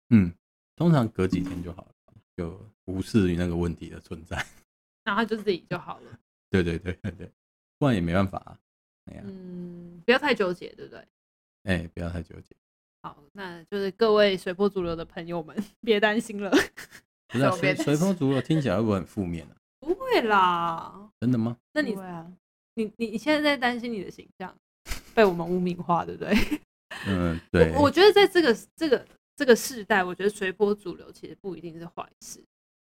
D: 嗯，通常隔几天就好了，就无视于那个问题的存在。
C: 然后就自己就好了，
D: 对对对对对，不然也没办法啊。哎呀，
C: 嗯，不要太纠结，对不对？
D: 哎、不要太纠结。
C: 好，那就是各位随波逐流的朋友们， 别担心了，
D: 不是啊
A: 手别太
D: 随随风逐流听起来会不会很负面啊？
C: 不会啦。
D: 真的吗？
C: 那你
A: 不会啊，
C: 你你你现在在担心你的形象被我们污名化，对不对？
D: 嗯，对。
C: 我觉得在这个这个这个世代，我觉得随波逐流其实不一定是坏事，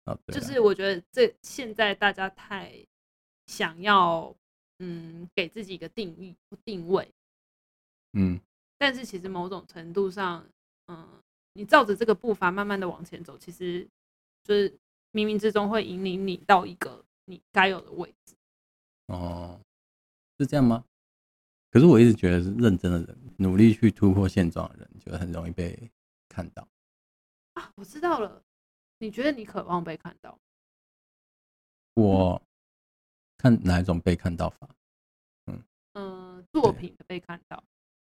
D: 哦对
C: 就
D: 啊
C: 是我觉得这现在大家太想要嗯给自己一个定义定位，
D: 嗯，
C: 但是其实某种程度上，嗯，你照着这个步伐慢慢的往前走，其实就是冥冥之中会引领你到一个你该有的位置。
D: 哦，是这样吗？可是我一直觉得是认真的人，努力去突破现状的人，就很容易被看到。
C: 啊，我知道了，你觉得你渴望被看到吗？
D: 我看哪一种被看到法？
C: 嗯，作
D: 对
C: 品的被看到。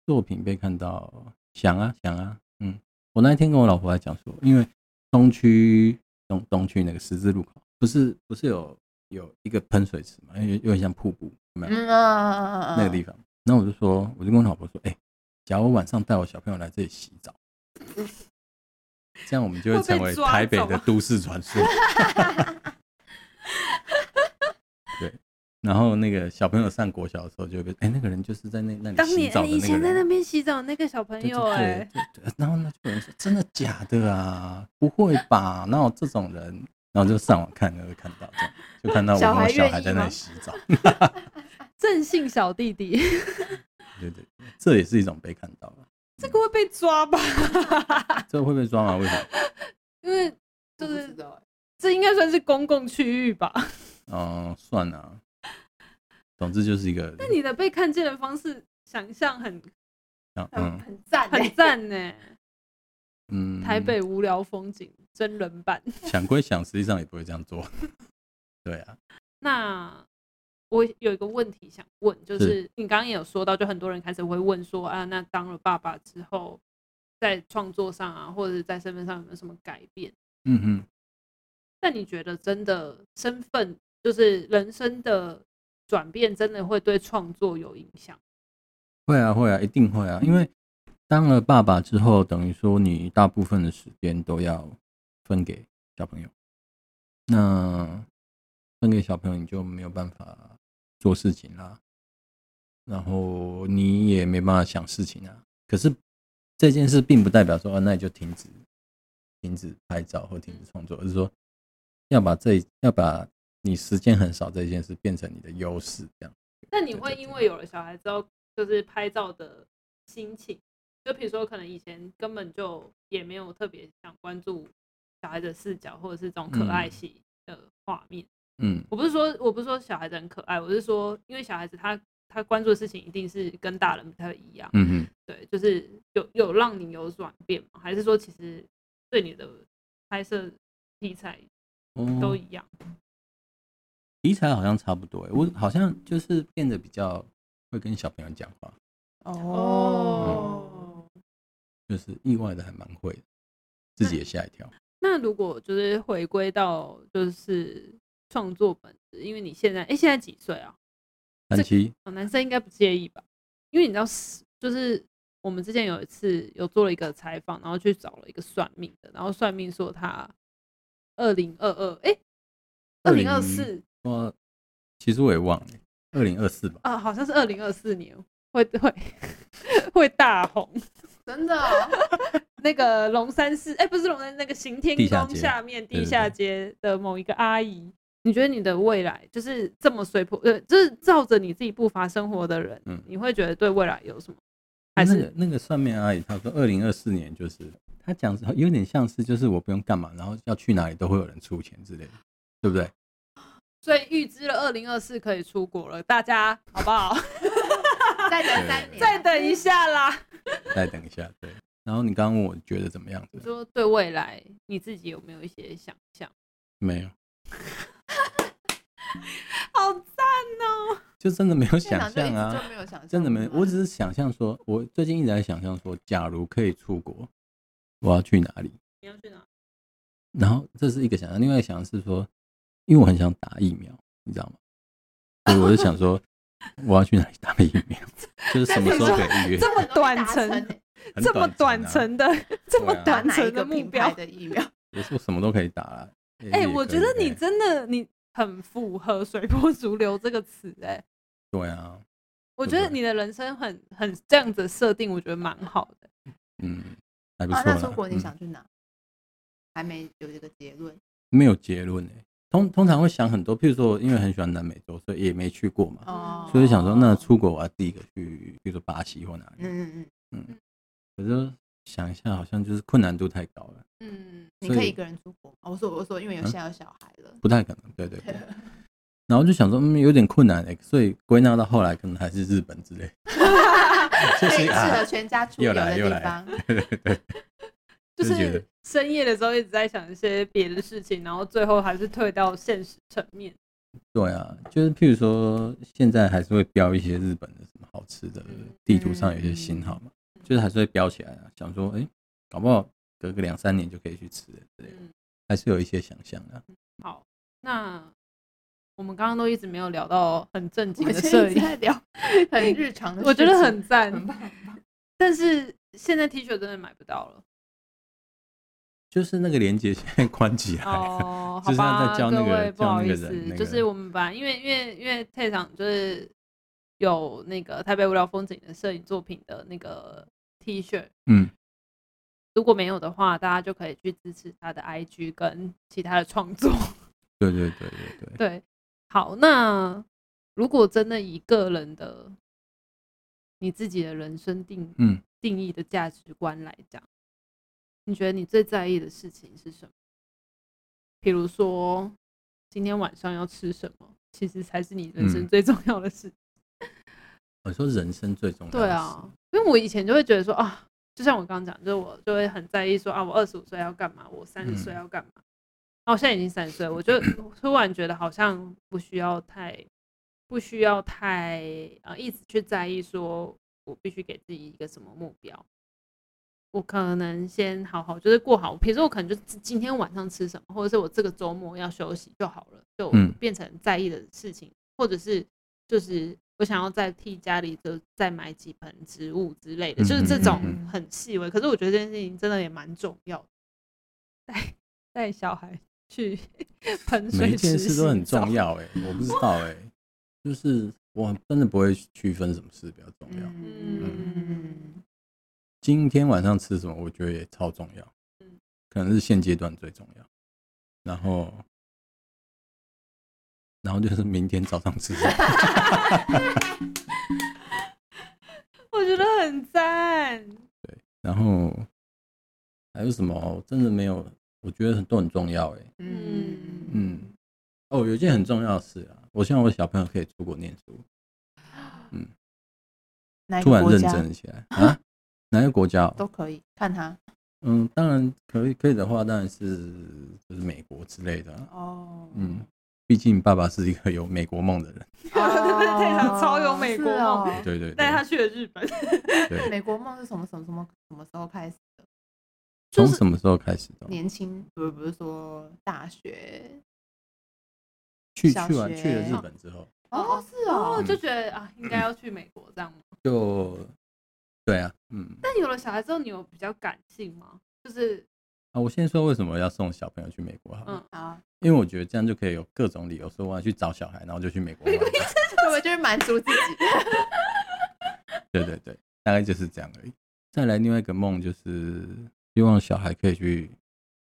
D: 作品被看到，想啊想啊，嗯，我那一天跟我老婆在讲说，因为东区东东区那个十字路口，不是不是有有一个喷水池嘛，有有点像瀑布，有没有？
A: 嗯啊，
D: 那个地方。
C: 嗯
D: 然后我就说，我就跟我老婆说，哎、假如我晚上带我小朋友来这里洗 澡，这样我们就会
C: 会被
D: 成为
C: 抓
D: 台北
C: 走
D: 的
C: 啊
D: 都市传说。 对，然后那个小朋友上国小的时候就会被，哎、那个人就是在那那
C: 当
D: 里洗
C: 年
D: 澡
C: 哎
D: 的
C: 以
D: 那个
C: 前在那
D: 人。
C: 边洗澡那个小朋
D: 对对
C: 友、
D: 对
C: 哎，
D: 对对，然后呢，就有人说真的假的啊？不会吧？哪有这种人？然后就上网看，然后就看到这样，就看到我
A: 小
D: 跟我
A: 孩
D: 小
A: 愿
D: 孩
A: 意
D: 在那
A: 吗
D: 里洗澡。
C: 正性小弟弟，
D: 对对，对这也是一种被看到了。
C: 这个会被抓吧？
D: 这会被抓吗？为什么？
C: 因为就
A: 我不知
C: 是
A: 道
C: 这应该算是公共区域 吧？
D: 嗯，算了、总之就是一个，
C: 那你的被看见的方式，想象很
D: 嗯
C: 呃
A: 很
D: 嗯
A: 很赞
C: 很
A: 欸，
C: 赞呢、
D: 嗯，
C: 台北无聊风景真人版。
D: 想归想，实际上也不会这样做。 对啊，
C: 那我有一个问题想问，就是是你刚刚也有说到，就很多人开始会问说啊，那当了爸爸之后，在创作上啊，或者是在身份上有没有什么改变？
D: 嗯哼，
C: 那你觉得真的身份就是人生的转变，真的会对创作有影响？
D: 会啊会啊，一定会啊，因为当了爸爸之后，等于说你大部分的时间都要分给小朋友，那分给小朋友你就没有办法做事情啦，然后你也没办法想事情啊。可是这件事并不代表说，啊、那你就停止停止拍照或停止创作，而是说要把这要把你时间很少这件事变成你的优势，这样。
C: 那你
D: 对
C: 会
D: 对
C: 因
D: 对
C: 为有了小孩之后，就是拍照的心情，就比如说可能以前根本就也没有特别想关注小孩的视角或者是这种可爱
D: 嗯
C: 系，的画面。
D: 嗯
C: 我不是说我不是说小孩子很可爱，我是说因为小孩子他他关注的事情一定是跟大人不太一样，
D: 嗯嗯
C: 对，就是有有让你有转变吗？还是说其实对你的拍摄题材
D: 哼，
C: 都
D: 哦，
C: 一样？
D: 题材好像差不多欸，我好像就是变得比较会跟小朋友讲话，
A: 哦，
D: 就是意外的还蛮会的，自己也吓一跳。
C: 那如果就是回归到就是创作本质，因为你现在哎、诶现在几岁啊？
D: 三七，
C: 哦，男生应该不介意吧？因为你知道是，就是我们之前有一次有做了一个采访，然后去找了一个算命的，然后算命说他二零二二，哎，二零二四
D: 我其实我也忘了，二零二四吧，
C: 啊，好像是二零二四年会 会会大红。
A: 真的哦，
C: 那个龙山寺，哎、不是龙山寺，那个行天
D: 地下
C: 宫
D: 街
C: 下面地
D: 对对
C: 下街的某一个阿姨。你觉得你的未来就是这么随波，呃，就是照着你自己步伐生活的人，
D: 嗯
C: 你会觉得对未来有什么？还
D: 那
C: 是、
D: 个那个算命阿姨，她说二零二四年就是她讲是有点像是就是我不用干嘛，然后要去哪里都会有人出钱之类的，对不对？
C: 所以预知了二零二四可以出国了，大家好不好？
A: 再等三年，
C: 再等一下啦。
D: 再等一下，对。然后你刚刚问我觉得怎么样？
C: 你说对未来你自己有没有一些想象？
D: 没有，
C: 好赞哦、
D: 就真的没有
A: 现
D: 想
A: 场就一
D: 象
A: 直
D: 啊
A: 就，没有想象，
D: 真的
C: 嗯
D: 没有。我只是想象说，我最近一直在想象说，假如可以出国，我要去哪里？
C: 你要
D: 啊
C: 去哪？嗯
D: 然后这是一个想象，另外一个想象是说，因为我很想打疫苗，你知道吗？所以我就 想说，我要去哪里打疫苗？就是什么时候可以预约？
C: 这么短程
A: 很容易达欸
D: 很
C: 这么
D: 短
C: 短
D: 程啊，
C: 程的，这么
D: 对
A: 打
D: 啊
C: 短
A: 哪一
C: 程
A: 个
C: 的目
A: 品
C: 标
A: 牌，的疫苗？
D: 我说什么都可以打啦。
C: 哎、
D: 也
C: 我
D: 可
C: 觉
D: 以
C: 得
D: 欸
C: 你真的你很符合“随波逐流”这个词，哎，
D: 对啊，
C: 我
D: 对
C: 觉
D: 不
C: 得
D: 对
C: 你的人生很很这样子的设定，我觉得蛮好的。
D: 嗯，还不
A: 啊
D: 错，啦。
A: 那出国你
D: 嗯
A: 想去哪？还没有这个结论。
D: 没有结论诶、通通常会想很多，譬如说，我因为很喜欢南美洲，所以也没去过嘛，
A: 哦，
D: 所以想说，那出国我要第一个去，比如说巴西或哪里。
A: 嗯嗯嗯，
D: 我就想一下，好像就是困难度太高了，
C: 嗯，
A: 你
D: 所
A: 可以
D: 以
A: 一个人出国吗？我说我说，因为有
D: 嗯
A: 现在有小孩了。
D: 不太可能。对 对对。然后就想说，嗯，有点困难、欸，所以归纳到后来，可能还是日本之 类， 就
A: 最
D: 是
A: 适
D: 啊
A: 合，全家出
D: 又
A: 游
D: 来
A: 的
D: 又
A: 地
D: 来
A: 方。
C: 就
D: 就觉得
C: 是深夜的时候一直在想一些别的事情，然后最后还是退到现实层面。
D: 对啊，就是譬如说，现在还是会标一些日本的什么好吃的，地图上有一些新号嘛，
C: 嗯
D: 就是还是会标起来啊，想说，哎、搞不好隔个两三年就可以去吃了之类的，
C: 嗯，
D: 还是有一些想象啊的、
C: 好，那我们刚刚都一直没有聊到很正
A: 我
C: 经
A: 们
C: 的
A: 现
C: 摄
A: 在一直
C: 影，
A: 在 聊很日常的事情，
C: 我觉得很赞，
A: 很棒。
C: 但是现在 T 恤真的买不到了。
D: 就是那个连接现在关起来啊了，
C: 哦， 好
D: 就是他在
C: 吧，
D: 教那
C: 各
D: 个
C: 位不
D: 教
C: 好
D: 那个
C: 意
D: 人那
C: 思，
D: 个
C: 就是我们把因为因为因为退场就是有那个台北无聊风景的摄影作品的那个 T 恤，
D: 嗯，
C: 如果没有的话，大家就可以去支持他的 IG 跟其他的创作。
D: 对对对对对，
C: 对，好，那如果真的以个人的你自己的人生定
D: 嗯，
C: 定义的价值观来讲，你觉得你最在意的事情是什么？比如说今天晚上要吃什么，其实才是你人生
D: 嗯
C: 最重要的事。
D: 我哦说人生最重要，
C: 对啊，，因为我以前就会觉得说啊，就像我刚刚讲，就是我就会很在意说啊，我二十五岁要干嘛，我三十岁
D: 嗯
C: 要干嘛。啊那、我现在已经三十岁，我就突然觉得好像不需要太不需要太呃一直去在意说我必须给自己一个什么目标。我可能先好好就是过好，比如说我可能就今天晚上吃什么，或者是我这个周末要休息就好了，就
D: 嗯
C: 变成在意的事情，或者是就是我想要再替家里就再买几盆植物之类的，就是这种
D: 嗯嗯嗯
C: 很细微。可是我觉得这件事情真的也蛮重要的，带带小孩去 喷水
D: 每一件
C: 池
D: 事都很
C: 洗澡
D: 重。要哎、我不知道哎、就是我真的不会区分什么事比较重要，
C: 嗯
A: 嗯，
D: 今天晚上吃什么，我觉得也超重要，
C: 嗯
D: 可能是现阶段最重要。然后，然后就是明天早上吃什么，
C: 我觉得很赞。
D: 然后哦还有什么？我真的没有，我觉得很都很重要哎。
A: 嗯
D: 嗯，哦，有一件很重要的事啊，我希望我小朋友可以出国念书，
A: 哪一
D: 突
A: 个
D: 然
A: 国
D: 认
A: 家
D: 真了起来啊！ 哪个国家哦、
A: 都可以看他
D: 嗯，当然可以，可以的话当然是就是美国之类的啊。
A: 哦，
D: 嗯，毕竟爸爸是一个有美国梦的人。
C: 对他超有美国
A: 哦是哦
C: 梦
D: 对对
C: 带他
D: 对
C: 去了日本，
D: 对。
A: 美国梦是什么什么什么什么时候开始的？
D: 从什么时候开始的？
A: 年轻不不是说大学
D: 去
A: 小
D: 去完去了
A: 学
D: 日本之后，
A: 哦，是
C: 哦，
D: 嗯
A: 哦，
C: 就觉得啊，应该要去美国这样吗？
D: 就对啊，嗯
C: 但有了小孩之后，你有比较感性吗？就是
D: 啊，我先说为什么要送小朋友去美国好了，
C: 嗯
A: 好，
D: 因为我觉得这样就可以有各种理由说我要去找小孩，然后就去美国 玩。
A: 会不会就是满足自己？
D: 对对对，大概就是这样而已。再来另外一个梦就是希望小孩可以去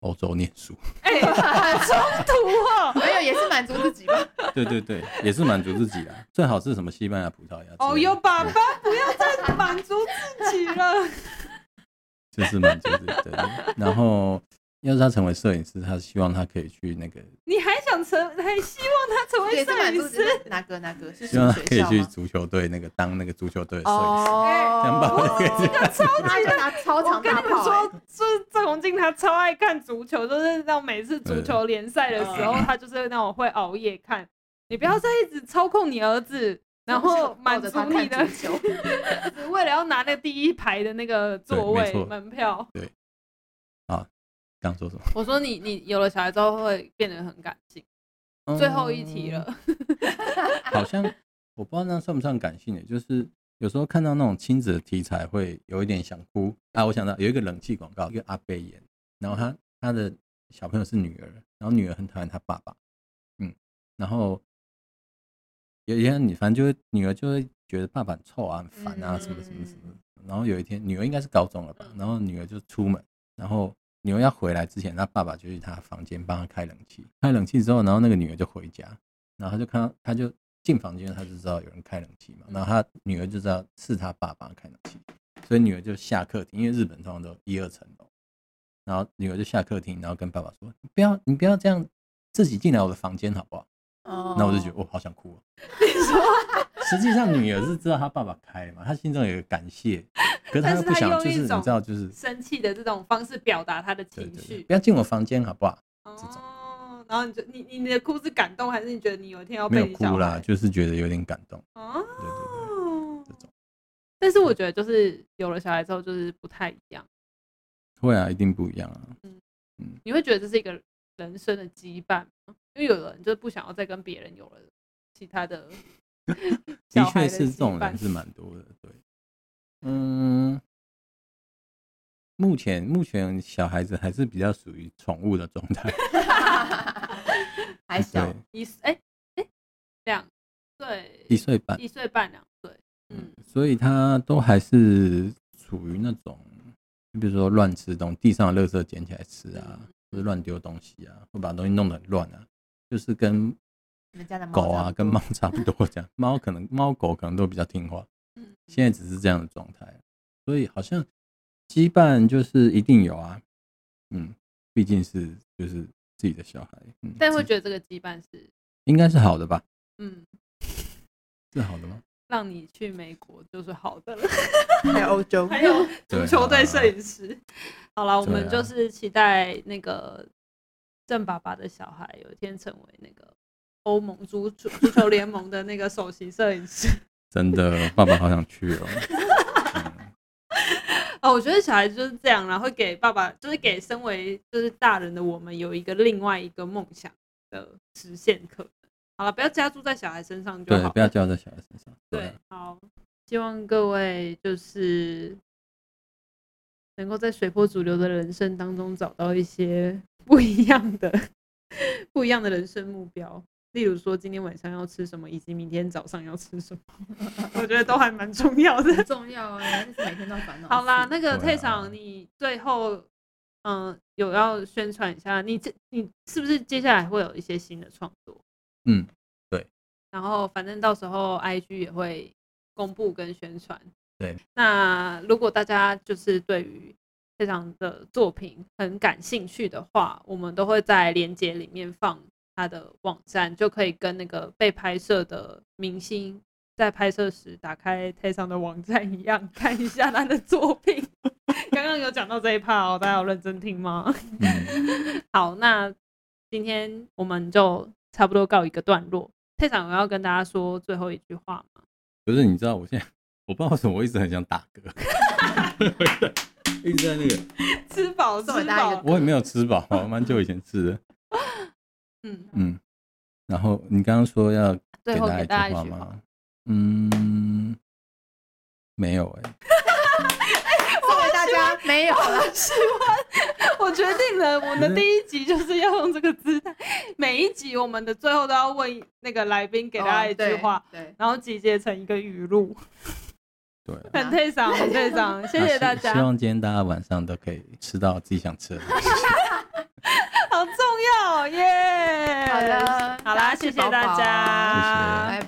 D: 欧洲念书。
C: 哎，冲 突哦，
A: 没有，也是满足自己吧。
D: 对对对，也是满足自己啦，最好是什么西班牙、葡萄牙之类的。
C: 哦哟，爸
D: 对
C: 爸不要再满足自己了。
D: 就是满足自己的。然后，要是他成为摄影师，他希望他可以去那个，
C: 你还想成，还希望他成为
A: 也是
C: 摄
A: 满
C: 影
A: 足自己
C: 师？
A: 的。哪个哪个是
D: 希
A: 什
D: 望
A: 么
D: 他可
A: 学
D: 以
A: 校
D: 去
A: 吗？
D: 足球队那个当那个足球队的摄影师。
A: 哦，
D: 想把我给这
A: 个超级的拿超
C: 我
A: 长
C: 跟
A: 大
C: 你们
A: 炮、欸
C: 说，，就是郑红静她超爱看足球，就是让每次足球联赛的时候，她就是那种会熬夜看。你不要再一直操控你儿子，然后满足你的，
A: 球。
C: 只为了要拿那第一排的那个座
D: 对没
C: 位
D: 错
C: 门票。
D: 刚说什么？
C: 我说你你有了小孩之后会变得很感性。最后一题了，
D: 嗯。好像我不知道那算不算感性的，就是有时候看到那种亲子的题材，会有一点想哭啊。我想到有一个冷气广告，一个阿贝演，然后他他的小朋友是女儿，然后女儿很讨厌他爸爸，嗯，然后也也你反正就会女儿就会觉得爸爸很臭啊、很烦啊，
A: 嗯
D: 什么什么什么。然后有一天，女儿应该是高中了吧，然后女儿就出门，然后女儿要回来之前，她爸爸就去她房间帮她开冷气，开冷气之后，然后那个女儿就回家，然后她就看到，她就进房间，她就知道有人开冷气嘛，然后她女儿就知道是她爸爸开冷气，所以女儿就下客厅，因为日本通常都一二层楼，然后女儿就下客厅，然后跟爸爸说：“你不要，你不要这样，自己进来我的房间好不好？”
A: 哦
D: 那我就觉得我好想哭、 哦。实际上女儿是知道她爸爸开嘛，她心中有一个感谢，可是她
C: 但
D: 又
C: 是
D: 不
C: 她
D: 想，
C: 用
D: 就
C: 一
D: 是你
C: 种
D: 知道，就是
C: 生气的这种方式表达他的
D: 对
C: 情
D: 对对，
C: 绪
D: 不。要进我房间好不好？这种
C: 哦，然后你就你你你的哭是感动，还是你觉得你有一天要
D: 没
C: 哦被
D: 有
C: 你小
D: 哭啦，
C: 孩？
D: 就是觉得有点感动。
C: 哦，
D: 对对对，这种
C: 但是我觉得就是有了小孩之后，就是不太一样。
D: 会啊，一定不一样啊。
C: 你会觉得这是一个人生的羁绊吗，因为有的人就是不想要再跟别人有了其他 的小
D: 的
C: 孩的
D: 确是这种人
C: 羁绊
D: 是蛮多的，对，嗯，目前目前小孩子还是比较属于宠物的状态，
A: 哦 还小
D: 对，，
C: 一哎哎两岁
D: 一岁半，
C: 一岁半两岁，嗯，
D: 所以他都还是属于那种，就比如说乱吃东西，地上的垃圾捡起来吃啊，或者乱丢东西啊，会把东西弄得很乱啊，就是跟
A: 你们家的猫
D: 狗
A: 差不多
D: 啊跟猫差不多这样，猫可能猫狗可能都比较听话，现在只是这样的状态，啊所以好像羁绊就是一定有啊，嗯，毕竟是就是自己的小孩，嗯，
C: 但会觉得这个羁绊是
D: 应该是好的吧？
C: 嗯
D: 是好的吗？
C: 让你去美国就是好的了。
A: 还有欧洲，
C: 还有
D: 对
C: 足球队
D: 啊
C: 摄影师。好了，我
D: 对
C: 们
D: 啊
C: 就是期待那个郑爸爸的小孩有一天成为那个欧盟足球足球联盟的那个首席摄影师。
D: 真的，爸爸好想去哦。嗯
C: 哦，我觉得小孩就是这样，然后给爸爸，就是给身为就是大人的我们有一个另外一个梦想的实现可能。好了，不要加注在小孩身上就好
D: 对，
C: 了。
D: 不要交在小孩身上。
C: 对，好，希望各位就是能够在随波逐流的人生当中找到一些 不一样的、 不一样的人生目标。例如说，今天晚上要吃什么，以及明天早上要吃什么， 我觉得都还蛮重要的。
A: 很重要哎，这是每天都要烦恼。
C: 好啦，，那个
D: 对啊
C: 退场，你最后嗯、呃有要宣传一下，你这你是不是接下来会有一些新的创作？
D: 嗯，
C: 然后反正到时候 IG 也会公布跟宣传。
D: 对，
C: 那如果大家就是对于这场的作品很感兴趣的话，我们都会在链接里面放他的网站，就可以跟那个被拍摄的明星在拍摄时打开 t 上的网站一样，看一下他的作品。 刚刚有讲到这一趴哦，大家有认真听吗？
D: 嗯，
C: 好，那今天我们就差不多告一个段落。退场，我要跟大家说最后一句话嘛。
D: 不是，你知道我现在我不知道为什么我一直很想打嗝，一直在那个，
C: 吃饱，吃
A: 送给大家一个
C: 饱。
D: 我也没有吃饱，蛮久以前吃的，
C: 嗯，
D: 嗯。然后你刚刚说要
C: 最后给大家
D: 一句话
C: 一句话。
D: 吗？嗯，没有哎、
A: 送给大家没有了，
C: 我决定了，我
D: 嗯
C: 的第一集就是要用这个姿态。每一集我们的最后都要问那个来宾给大家一句话，
A: 哦，对，
C: 然后集结成一个语录。
D: 对啊，
C: 很退场，很退 场，谢
D: 那
C: 谢
D: 希
C: 大家
D: 希，望今天大家晚上都可以吃到自己想吃的东西。
C: 好重要耶！哦
A: 对好的，
C: 好啦，谢谢大家，
A: 吃饱饱
D: 谢谢
A: 拜拜。